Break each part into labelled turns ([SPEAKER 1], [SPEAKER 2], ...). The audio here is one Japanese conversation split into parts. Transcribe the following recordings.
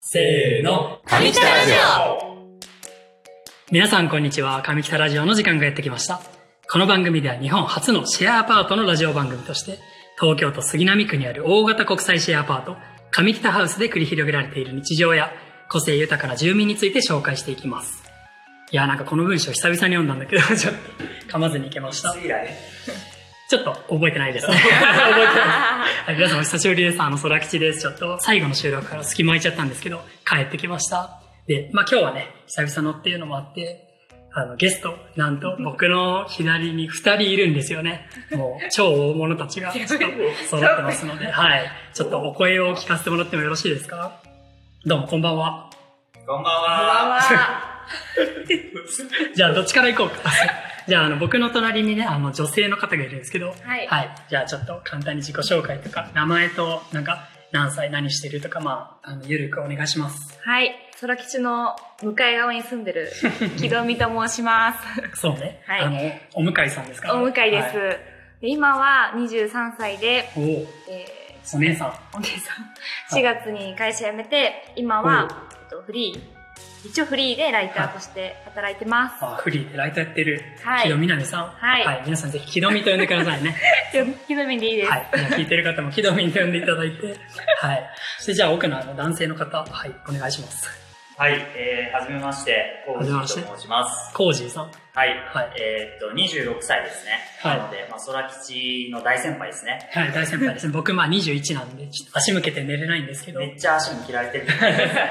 [SPEAKER 1] せーの。
[SPEAKER 2] 上北ラジ
[SPEAKER 3] 皆さんこんにちは上北ラジオの時間がやってきましたこの番組では日本初のシェアアパートのラジオ番組として東京都杉並区にある大型国際シェアアパート上北ハウスで繰り広げられている日常や個性豊かな住民について紹介していきますいやーなんかこの文章久々に読んだんだけど ちょっと噛まずにいけました
[SPEAKER 1] 以来。
[SPEAKER 3] ちょっと覚えてない ですね覚えてないはい皆さんお久しぶりです。あの、空吉です。ちょっと最後の収録から隙間空いちゃったんですけど、帰ってきました。で、まあ今日はね、久々のっていうのもあって、あの、ゲスト、なんと僕の左に二人いるんですよね。もう、超大物たち が、ちょっと揃ってますので、はい。ちょっとお声を聞かせてもらってもよろしいですかどうも、こんばんは。
[SPEAKER 1] こんばん
[SPEAKER 2] オ
[SPEAKER 1] は。
[SPEAKER 2] は
[SPEAKER 3] じゃあ、どっちから行こうか。 じゃあ、あの、僕の隣にね、あの、女性の方がいるんですけど、
[SPEAKER 2] はい
[SPEAKER 3] はい。じゃあちょっと簡単に自己紹介とか、名前と、なんか、何歳何してるとか、まあ、あの、ゆるくお願いします。
[SPEAKER 2] はい空吉の向かい側に住んでる木戸美と申し ます
[SPEAKER 3] そうね。
[SPEAKER 2] はい
[SPEAKER 3] あの、お向かいさんですか
[SPEAKER 2] お向かいです、
[SPEAKER 3] は
[SPEAKER 2] で今は23歳で、
[SPEAKER 3] おお
[SPEAKER 2] え
[SPEAKER 3] お姉さん。
[SPEAKER 2] ーお姉さん4月に会社辞めて今は、えっと、フリー一応フリーでライターとして働いてます、
[SPEAKER 3] あ、フリーでライトやってる、
[SPEAKER 2] はい
[SPEAKER 3] 木戸みなみさん。
[SPEAKER 2] はい
[SPEAKER 3] 皆さんぜひ、木戸みと呼んでくださいね。
[SPEAKER 2] 木戸美 でいいです、
[SPEAKER 3] はい。じゃあ聞いてる方も木戸みと呼んでいただいて。はい。そしてじゃあ、奥のあの、男性の方、はい、お願いします。
[SPEAKER 1] はい、えー、はじめまして、コウジと申します。
[SPEAKER 3] コージーさん。
[SPEAKER 1] はい、
[SPEAKER 3] はい
[SPEAKER 1] えーっと、26歳ですね。
[SPEAKER 3] はい
[SPEAKER 1] なので、まあ、空吉の大先輩ですね。
[SPEAKER 3] はい、大先輩 ですね。僕、まあ21なんで、ちょっと足向けて寝れないんですけど。
[SPEAKER 1] めっちゃ足も切られてる。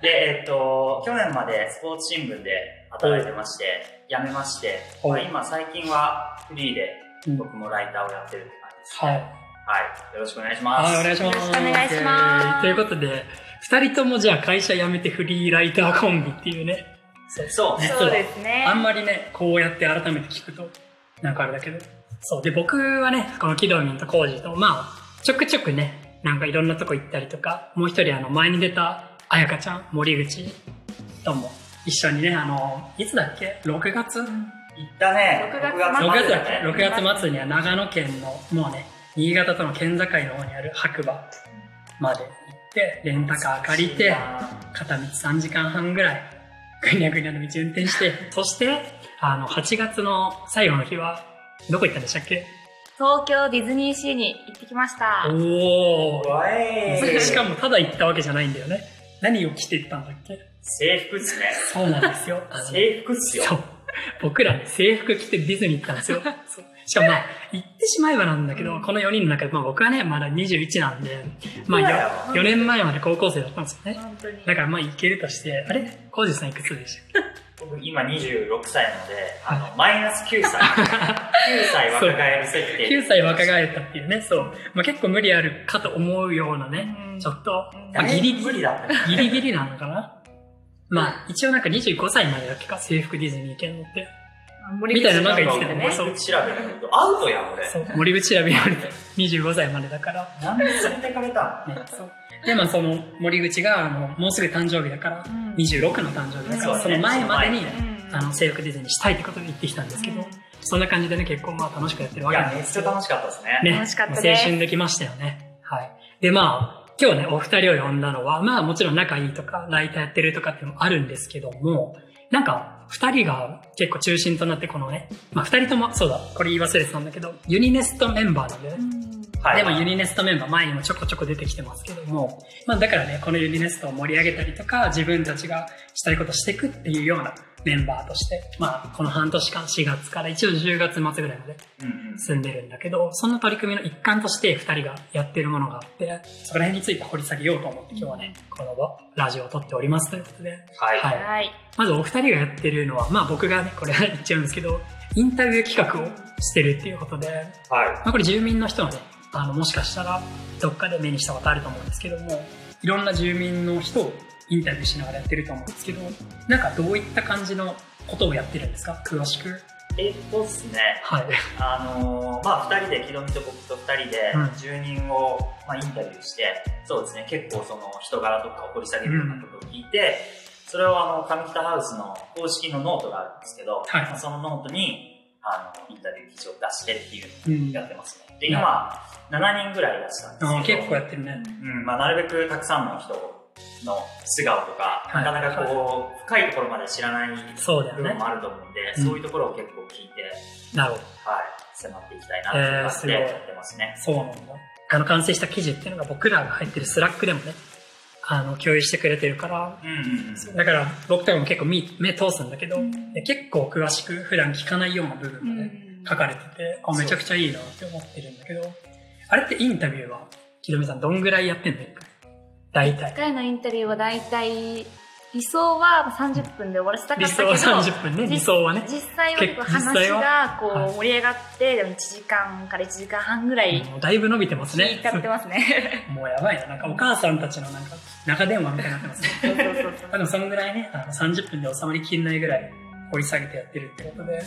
[SPEAKER 1] で、えーっと、去年までスポーツ新聞で働いてまして、辞めまして、
[SPEAKER 3] お
[SPEAKER 1] まあ、今最近はフリーで
[SPEAKER 3] うん
[SPEAKER 1] 僕もライターをやってるって感じですね。
[SPEAKER 3] はい。
[SPEAKER 1] はい、よろしくお願いします。
[SPEAKER 3] はい、お願いします。
[SPEAKER 2] よろしくお願いします
[SPEAKER 3] ということで、二人ともじゃあ会社辞めてフリーライターコンビっていうね、
[SPEAKER 1] そうね。
[SPEAKER 2] そうですね
[SPEAKER 3] あんまりね、こうやって改めて聞くと、なんかあれだけど。そう。で、僕はね、この木戸民とコージと、まあ、ちょくちょくね、なんかいろんなとこ行ったりとか、もう一人あの、前に出た、あやかちゃん、森口とも、一緒にね、あの、いつだっけ ?6 月
[SPEAKER 1] 行ったね。
[SPEAKER 2] 6月
[SPEAKER 3] 6
[SPEAKER 2] 末
[SPEAKER 3] 月だ
[SPEAKER 1] だ
[SPEAKER 3] っけ
[SPEAKER 1] ね。
[SPEAKER 3] 6月末には長野県のもうね新潟との県境の方にある白馬まで行ってレンタカー借りて片道3時間半ぐらいぐにゃぐにゃの道運転してそしてあの8月の最後の日はどこ行ったんでしたっけ
[SPEAKER 2] 東京ディズニーシーに行ってきました
[SPEAKER 3] おお
[SPEAKER 1] わえー
[SPEAKER 3] しかもただ行ったわけじゃないんだよね何を着て行ったんだっけ
[SPEAKER 1] 制服っすね。
[SPEAKER 3] そうなんですよあの
[SPEAKER 1] 制服っすよ。
[SPEAKER 3] そう。僕らね、制服着てディズニー行ったんですよ。そうしかもまあ、行ってしまえばなんだけど、この4人の中で、まあ僕はね、まだ21なんで、ま
[SPEAKER 1] そうだよ
[SPEAKER 3] あ 4, 年前まで高校生だったんですよね。
[SPEAKER 2] 本当に
[SPEAKER 3] だからまあ行けるとして、あれコージさんいくつでしたっ
[SPEAKER 1] 僕今26歳なので、
[SPEAKER 3] はい
[SPEAKER 1] あの、マイナス9歳。9歳若返る設
[SPEAKER 3] け
[SPEAKER 1] 定。
[SPEAKER 3] ?9 歳若返ったっていうね、そう。まあ結構無理あるかと思うようなね、
[SPEAKER 2] うん
[SPEAKER 3] ちょっと、まあ
[SPEAKER 1] だい
[SPEAKER 3] ギリ
[SPEAKER 1] ぶ
[SPEAKER 3] ギ
[SPEAKER 1] 無
[SPEAKER 3] リ
[SPEAKER 1] 理、だったね。
[SPEAKER 3] ギリギリなのかなまあ一応なんか25歳までだっけか、制服ディズニー行けんのって。
[SPEAKER 2] 森
[SPEAKER 3] みたいななんか言
[SPEAKER 2] 口さ
[SPEAKER 3] っ
[SPEAKER 2] ん
[SPEAKER 3] てた
[SPEAKER 2] が言
[SPEAKER 3] ね
[SPEAKER 2] って
[SPEAKER 1] もう
[SPEAKER 2] ね
[SPEAKER 1] 一度調べたけど、アウトやん、俺。
[SPEAKER 3] そう、森口選びられて25歳までだから。
[SPEAKER 1] なんで連れてかれた
[SPEAKER 3] ね、そうでまあその森口があのもうすぐ誕生日だから、
[SPEAKER 2] うん
[SPEAKER 3] 26の誕生日だから、
[SPEAKER 1] うん
[SPEAKER 3] その前までに、
[SPEAKER 2] うん
[SPEAKER 3] あの制服ディズニーしたいってことで行ってきたんですけど、
[SPEAKER 2] うん
[SPEAKER 3] そんな感じでね結構まあ楽しくやってる
[SPEAKER 1] の
[SPEAKER 3] わ
[SPEAKER 1] い
[SPEAKER 3] け
[SPEAKER 1] や
[SPEAKER 3] な、ん
[SPEAKER 1] め
[SPEAKER 3] で
[SPEAKER 1] っ
[SPEAKER 3] す
[SPEAKER 1] ちゃ
[SPEAKER 3] けど
[SPEAKER 1] 楽しかったですね。
[SPEAKER 3] ね
[SPEAKER 2] 楽しかった
[SPEAKER 3] もう
[SPEAKER 2] です
[SPEAKER 3] 青春できましたよねはいでまあ今日ねお二人を呼んだのはまあもちろん仲いいとかライターやってるとかっていうのもあるんですけどもなんか二人が結構中心となってこのね、まあ、二人ともそうだこれ言い忘れてたんだけどユニネストメンバーなんで、ね
[SPEAKER 1] はい。
[SPEAKER 3] でもユニネストメンバー前にもちょこちょこ出てきてますけども、まあだからね、このユニネストを盛り上げたりとか、自分たちがしたいことしていくっていうようなメンバーとして、まあこの半年間、4月から一応10月末ぐらいまで
[SPEAKER 1] うんうん
[SPEAKER 3] 住んでるんだけど、その取り組みの一環として2人がやってるものがあって、そこら辺について掘り下げようと思って今日はね、このラジオを撮っておりますということで、
[SPEAKER 1] はい。
[SPEAKER 3] はい
[SPEAKER 2] はい
[SPEAKER 3] まずお二人がやってるのは、まあ僕がね、これ言っちゃうんですけど、インタビュー企画をしてるっていうことで、
[SPEAKER 1] はい。
[SPEAKER 3] まあ、これ住民の人はねあのもしかしたらどっかで目にしたことあると思うんですけどもいろんな住民の人をインタビューしながらやってると思うんですけどなんかどういった感じのことをやってるんですか詳しく
[SPEAKER 1] えっとですね、
[SPEAKER 3] はい
[SPEAKER 1] あのーまあ、2人で、木戸美と僕と2人で
[SPEAKER 3] うん、
[SPEAKER 1] 住人を、まあ、インタビューして、そうですね、結構その人柄とかを掘り下げるようなことを聞いて、それをあの、上北ハウスの公式のノートがあるんですけど、
[SPEAKER 3] はい
[SPEAKER 1] まあそのノートに、あの、インタビュー記事を出してっていう
[SPEAKER 3] う
[SPEAKER 1] のを
[SPEAKER 3] ん
[SPEAKER 1] やってますね。で、今、7人ぐらい出したんです
[SPEAKER 3] あ
[SPEAKER 1] けど、
[SPEAKER 3] 結構やってるね
[SPEAKER 1] うん、まあ、なるべくたくさんの人をの素顔とか、
[SPEAKER 3] はい
[SPEAKER 1] なかなかこう、深いところまで知らない部
[SPEAKER 3] そうだよ
[SPEAKER 1] 分
[SPEAKER 3] ね
[SPEAKER 1] も。あると思うんで、
[SPEAKER 3] うん
[SPEAKER 1] そういうところを結構聞いて、
[SPEAKER 3] なるほど。
[SPEAKER 1] はい、迫っていきたいなっていう感じで
[SPEAKER 3] えーすごい
[SPEAKER 1] やってますね。
[SPEAKER 3] そうなんだ。あの、完成した記事っていうのが僕らが入ってるスラックでもね、あの、共有してくれてるから、
[SPEAKER 1] うんうんうん。
[SPEAKER 3] だから僕とかも結構見目通すんだけど、
[SPEAKER 2] うん
[SPEAKER 3] で結構詳しく普段聞かないような部分
[SPEAKER 2] うん
[SPEAKER 3] まで書かれてて、あ
[SPEAKER 1] そう
[SPEAKER 3] めちゃくちゃいいなって思ってるんだけど、あれってインタビューは、木戸美さんどんぐらいやってんの大
[SPEAKER 2] 一
[SPEAKER 3] 体。
[SPEAKER 2] 回のインタビューは大体、理想は30分で終わらせたか
[SPEAKER 3] 理
[SPEAKER 2] ったけ
[SPEAKER 3] 想
[SPEAKER 2] ど、
[SPEAKER 3] は30分ね、
[SPEAKER 2] 実
[SPEAKER 3] 理想はね。
[SPEAKER 2] 実際は結構
[SPEAKER 3] 結実
[SPEAKER 2] 話
[SPEAKER 3] 際
[SPEAKER 2] が
[SPEAKER 3] は
[SPEAKER 2] こう盛り上がって、でも1時間から1時間半ぐらい
[SPEAKER 3] もうだいぶ伸びてます
[SPEAKER 2] 聞い
[SPEAKER 3] ね
[SPEAKER 2] た。ってますね。
[SPEAKER 3] もうやばいな。なんかお母さんたちのなんか中電話みたいになってますね。
[SPEAKER 2] そうそうそうそ
[SPEAKER 3] まあでもそのぐらいね、あの30分で収まりきんないぐらい掘り下げてやってるってことで、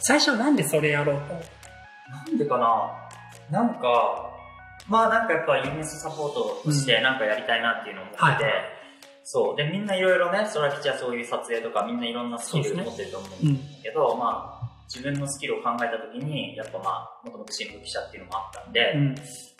[SPEAKER 3] 最初なんでそれやろうと思って
[SPEAKER 1] なんでかななんか、まあなんかやっぱユーネスサポートとしてなんかやりたいなっていうのを思ってて、
[SPEAKER 3] はい
[SPEAKER 1] そう。で、みんないろいろね、空吉はそういう撮影とかみんないろんなスキル持ってると思うんだ
[SPEAKER 3] ん。
[SPEAKER 1] けど、まあ、自分のスキルを考えたときに、やっぱまあ、もともと新聞記者っていうのもあったんで、
[SPEAKER 3] うん。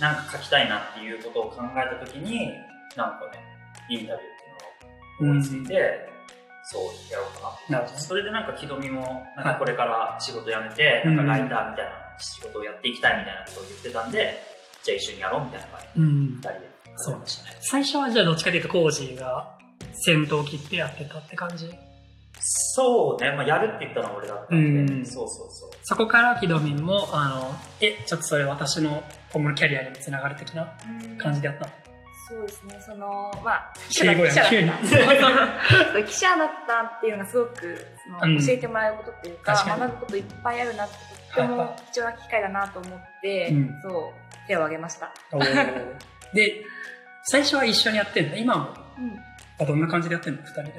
[SPEAKER 1] なんか書きたいなっていうことを考えたときに、なんかね、インタビューっていうのを思いついて、そうやろうかなって
[SPEAKER 3] なるほ
[SPEAKER 1] それでなんか木戸美もな
[SPEAKER 3] は
[SPEAKER 1] んか
[SPEAKER 3] い
[SPEAKER 1] これから仕事辞めて、
[SPEAKER 3] うん
[SPEAKER 1] なんかライターみたいな仕事をやっていきたいみたいなことを言ってたんで、じゃあ一緒にやろうみたいな感じ
[SPEAKER 3] ど。うん。
[SPEAKER 1] で、二人で。
[SPEAKER 3] そうでしたね。最初はじゃあどっちかというとコージーが先頭を切ってやってたって感じ
[SPEAKER 1] そうね、まあ、やるって言ったのは俺だったんで、
[SPEAKER 3] うん
[SPEAKER 1] そうそうそう。
[SPEAKER 3] そこから木戸民も、あの、え、ちょっとそれ私の今後のキャリアにもつながる的な
[SPEAKER 2] う
[SPEAKER 3] 感じでやったの。
[SPEAKER 2] そうですね、その、まあ、記
[SPEAKER 3] 敬
[SPEAKER 2] 者
[SPEAKER 3] 語
[SPEAKER 2] だ
[SPEAKER 3] やん、急に
[SPEAKER 2] っ。た。記者だったっていうのがすごく、その
[SPEAKER 3] うん
[SPEAKER 2] 教えてもらうことっていうか、
[SPEAKER 3] 確かに
[SPEAKER 2] 学ぶこといっぱいあるなって、とって
[SPEAKER 3] はいは
[SPEAKER 2] も貴重な機会だなと思って、
[SPEAKER 3] うん
[SPEAKER 2] そう、手を挙げました。
[SPEAKER 3] おーで、最初は一緒にやってんの今も。
[SPEAKER 2] うん。
[SPEAKER 3] あどんな感じでやってんの二人で。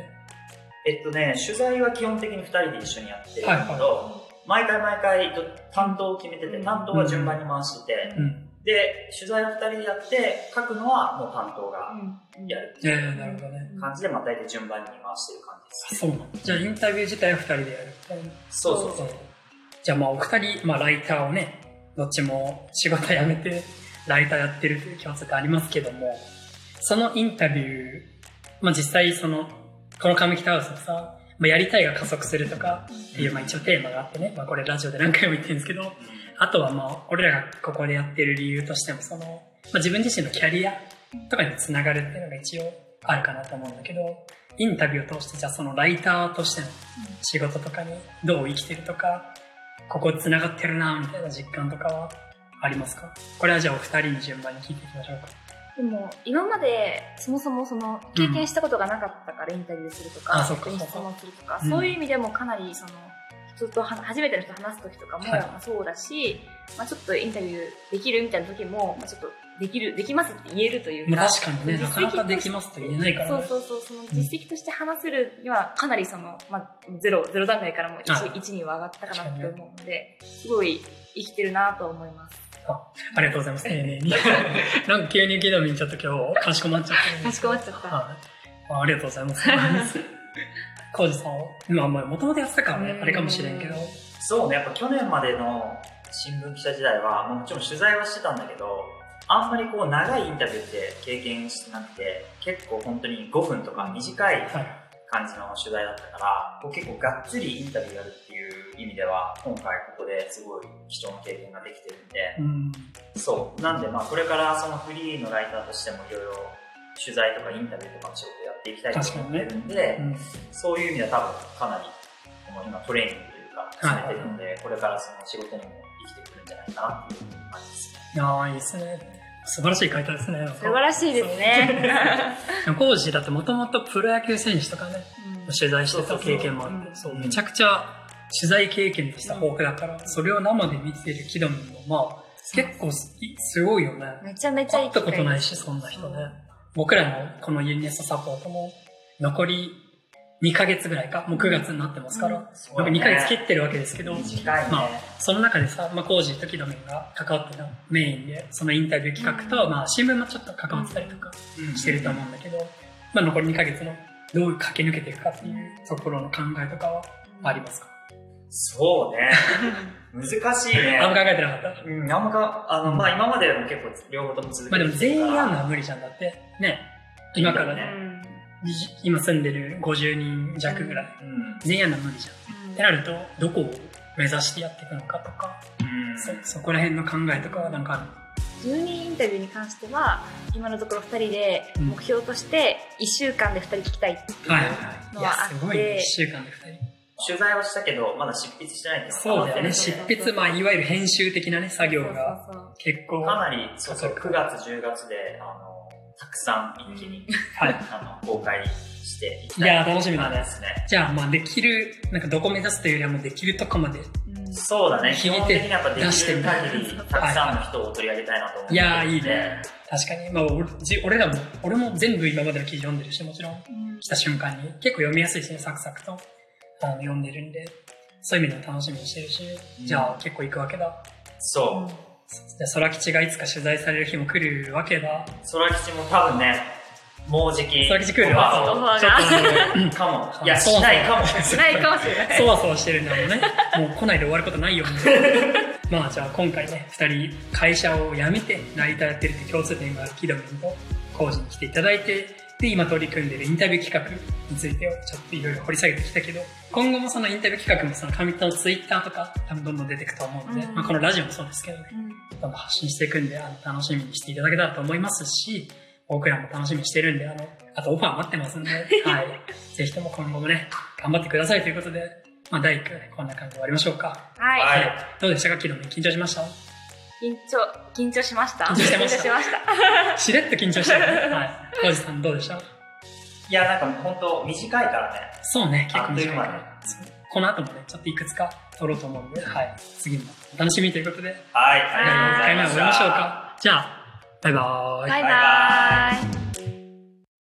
[SPEAKER 1] えっとね、取材は基本的に二人で一緒にやってるんだけど、
[SPEAKER 3] はい
[SPEAKER 1] 毎回毎回ど担当を決めてて、担当は順番に回してて、
[SPEAKER 3] うん。
[SPEAKER 1] で、取材を二人でやって、書くのはもう担当が
[SPEAKER 2] うん。
[SPEAKER 1] やるって
[SPEAKER 3] え
[SPEAKER 1] い
[SPEAKER 3] ー、なるほどね。
[SPEAKER 1] う感じで、まあ大体順番に回してる感じです。
[SPEAKER 3] そうなのじゃあインタビュー自体は2人でやるみたいな
[SPEAKER 1] そうそうそう。
[SPEAKER 3] じゃあまあお二人、まあ、ライターをねどっちも仕事辞めてライターやってるという共通点ありますけどもそのインタビュー、まあ、実際そのこの上北ハウスのさ、まあ、やりたいが加速するとかっていう、まあ、一応テーマがあってね、まあ、これラジオで何回も言ってるんですけどあとはまあ俺らがここでやってる理由としてもその、まあ、自分自身のキャリアとかにつながるっていうのが一応あるかなと思うんだけどインタビューを通してじゃあそのライターとしての仕事とかにどう生きてるとかここつながってるなみたいな実感とかはありますかこれはじゃあお二人に順番に聞いていきましょうか
[SPEAKER 2] でも、今まで、そもそもその、経験したことがなかったから、インタビューすると
[SPEAKER 3] あ
[SPEAKER 2] か、
[SPEAKER 3] そっか
[SPEAKER 2] 人に質問するとか、
[SPEAKER 3] うん
[SPEAKER 2] そういう意味でもかなり、その、人とは、初めての人と話す時とかも
[SPEAKER 3] はい
[SPEAKER 2] そうだし、まあちょっとインタビューできるみたいな時も、まあちょっと、できる、できますって言えるという
[SPEAKER 3] まあ
[SPEAKER 2] か、
[SPEAKER 3] 確かにねなかなかできますと言えないから、
[SPEAKER 2] そう
[SPEAKER 3] ね、
[SPEAKER 2] そうそう、その実績として話せるには、かなりその、まあ、ゼロ、ゼロ段階からも
[SPEAKER 3] は
[SPEAKER 2] 1, 1には上がったかなって思うので、すごい生きてるなと思います。
[SPEAKER 3] ありがとうございます丁寧になんか急に木の実ちょっと今日かしこまっちゃってるんです
[SPEAKER 2] かしこまっちゃった。
[SPEAKER 3] はい。あありがとうございます。コウジさんは、まあ、もともとやってたからね、あれかもしれんけど。
[SPEAKER 1] そうね、やっぱ去年までの新聞記者時代は、まあもちろん取材はしてたんだけど、あんまりこう長いインタビューって経験してなくて、結構本当に5分とか短い
[SPEAKER 3] はい。
[SPEAKER 1] 感じの取材だったから、こう結構がっつりインタビューやるっていう意味では、今回ここですごい貴重な経験ができてるんで、
[SPEAKER 3] うん。
[SPEAKER 1] そう。なんで、まあ、これからそのフリーのライターとしてもいろいろ取材とかインタビューとかの仕事やっていきたいと思ってるんで、
[SPEAKER 3] うん
[SPEAKER 1] そういう意味では多分かなり、この今トレーニングというか、
[SPEAKER 3] はい
[SPEAKER 1] されてるので、これからその仕事にも生きてくるんじゃないかなっていう感じですね。
[SPEAKER 3] いやーいいですね。素晴らしい回答ですね。
[SPEAKER 2] 素晴らしいですね。
[SPEAKER 3] コウジだってもともとプロ野球選手とかね、取材してた経験もあって、
[SPEAKER 2] そ
[SPEAKER 3] そう
[SPEAKER 1] そう
[SPEAKER 3] めちゃくちゃ取材経験として豊富だから、それを生で見てる木戸も、まあ、結構すすごいよね。
[SPEAKER 2] めちゃめちゃ
[SPEAKER 3] 会
[SPEAKER 2] いい
[SPEAKER 3] っ
[SPEAKER 2] 機
[SPEAKER 3] たこ
[SPEAKER 2] 会
[SPEAKER 3] とないし、そんな人ね。僕らのこのユニエストサポートも、残り2ヶ月ぐらいか、もう9月になってますから、
[SPEAKER 2] うん
[SPEAKER 1] す
[SPEAKER 3] 僕2ヶ月切ってるわけですけど、
[SPEAKER 1] 短いね。
[SPEAKER 3] まあ、その中でさ、まあ、コージーとキドミンが関わってたメインで、そのインタビュー企画と、
[SPEAKER 2] うん
[SPEAKER 3] まあ、新聞もちょっと関わってたりとか
[SPEAKER 1] うん
[SPEAKER 3] してると思うんだけど、まあ、残り2ヶ月のどう駆け抜けていくかっていうところの考えとかはありますか、
[SPEAKER 1] そうね。難しいね。
[SPEAKER 3] あんま考えてなかった
[SPEAKER 1] うん、あんまか、あの、まあ今までも結構両方とも続
[SPEAKER 3] ま
[SPEAKER 1] け
[SPEAKER 3] あ
[SPEAKER 1] て
[SPEAKER 3] でも
[SPEAKER 1] きてる
[SPEAKER 3] 全員
[SPEAKER 1] から
[SPEAKER 3] やるのは無理じゃんだって、ね、今からね、
[SPEAKER 2] うん
[SPEAKER 3] に今住んでる50人弱ぐらい
[SPEAKER 1] うん
[SPEAKER 3] 全員やるの無理じゃんってなるとどこを目指してやっていくのかとか
[SPEAKER 1] うん
[SPEAKER 3] そそこら辺の考えとかはなんかある
[SPEAKER 2] 10人インタビューに関しては今のところ2人で
[SPEAKER 3] うん
[SPEAKER 2] 目標として1週間で2人聞きたいっていう
[SPEAKER 3] はい
[SPEAKER 2] の
[SPEAKER 3] いや
[SPEAKER 2] はあって、
[SPEAKER 3] すごいね1週間で2人
[SPEAKER 1] 取材はしたけど、まだ執筆してないっていうの
[SPEAKER 3] そう
[SPEAKER 1] が
[SPEAKER 3] だよ
[SPEAKER 1] 変
[SPEAKER 3] ね
[SPEAKER 1] わって
[SPEAKER 3] 執
[SPEAKER 1] るんで
[SPEAKER 3] 筆まあいわゆる編集的なね作業が
[SPEAKER 2] そうそう
[SPEAKER 3] 結構
[SPEAKER 1] か
[SPEAKER 3] は
[SPEAKER 1] なり、そうそう、9月、10月で、あの、たくさん一気に、
[SPEAKER 3] い
[SPEAKER 1] あの、公開していき
[SPEAKER 3] い
[SPEAKER 1] たい。
[SPEAKER 3] やー楽しみだ
[SPEAKER 1] で
[SPEAKER 3] ね
[SPEAKER 1] すね。
[SPEAKER 3] じゃあまあできるなんかどこ目指すというよりはもうできるとこまで
[SPEAKER 2] そううん
[SPEAKER 1] そうだね、
[SPEAKER 3] 聞
[SPEAKER 1] 基
[SPEAKER 3] いて
[SPEAKER 1] 本的にやっぱで
[SPEAKER 3] 出し
[SPEAKER 1] き
[SPEAKER 3] て
[SPEAKER 1] る
[SPEAKER 3] みたい
[SPEAKER 1] 限り、たくさんの人を取り上げたいなと思って
[SPEAKER 3] い
[SPEAKER 1] るんで
[SPEAKER 3] やーいいね。確かにまあ俺じ俺らも俺も全部今までの記事読んでるしもちろん
[SPEAKER 2] うん
[SPEAKER 3] 来た瞬間に結構読みやすいしねサクサクとあの読んでるんでそういう意味でも楽しみにしてるし、
[SPEAKER 1] うん
[SPEAKER 3] じゃあ結構行くわけだ
[SPEAKER 1] そう。
[SPEAKER 3] じゃあ空吉がいつか取材される日も来るわけだ
[SPEAKER 1] 空吉も多分ね、もうじき、
[SPEAKER 3] 空吉来る
[SPEAKER 1] オファー
[SPEAKER 2] オフ
[SPEAKER 1] を
[SPEAKER 2] ァーが
[SPEAKER 1] かも。い
[SPEAKER 3] あ
[SPEAKER 1] や、
[SPEAKER 3] そう
[SPEAKER 1] しないかも。
[SPEAKER 2] しないかもしれない
[SPEAKER 3] そわそわしてるんだもんねもう来ないで終わることないよみ まあじゃあ今回ね2人会社を辞めてライターやってるって共通点があるキドメンと工事に来ていただいてで今取り組んでるインタビュー企画についてをちょっといろいろ掘り下げてきたけど今後もそのインタビュー企画もその上田のツイッターとか多分どんどん出てくと思うんで、
[SPEAKER 2] うん
[SPEAKER 3] まあ、このラジオもそうですけどね
[SPEAKER 2] うん
[SPEAKER 3] どんどん発信していくんであの楽しみにしていただけたらと思いますし僕らも楽しみにしてるんであのあとオファー待ってますんで、はい、ぜひとも今後もね頑張ってくださいということで、まあ、第1回はねこんな感じで終わりましょうか、
[SPEAKER 2] はい、
[SPEAKER 1] はい
[SPEAKER 3] どうでしたか昨日ね緊張しました
[SPEAKER 2] 緊張緊張しました
[SPEAKER 3] 緊張してました
[SPEAKER 2] 緊張しました
[SPEAKER 3] しれっと緊張したよねはい浩二さんどうでした
[SPEAKER 1] いや、なんか本当短いからね。
[SPEAKER 3] そうね結構短いか
[SPEAKER 1] あっという間
[SPEAKER 3] らそうこの後もねちょっといくつか撮ろうと思うんで、はい、次もお楽しみということで
[SPEAKER 1] はい、
[SPEAKER 3] 第1
[SPEAKER 1] あ
[SPEAKER 3] 回
[SPEAKER 1] り
[SPEAKER 3] 目は
[SPEAKER 1] がと
[SPEAKER 3] 終
[SPEAKER 1] うご
[SPEAKER 3] わり
[SPEAKER 1] ざいま
[SPEAKER 3] ま
[SPEAKER 1] し
[SPEAKER 3] しょう
[SPEAKER 1] た。
[SPEAKER 3] かじゃあバイバーイ
[SPEAKER 2] バイ
[SPEAKER 1] バ
[SPEAKER 2] バーイ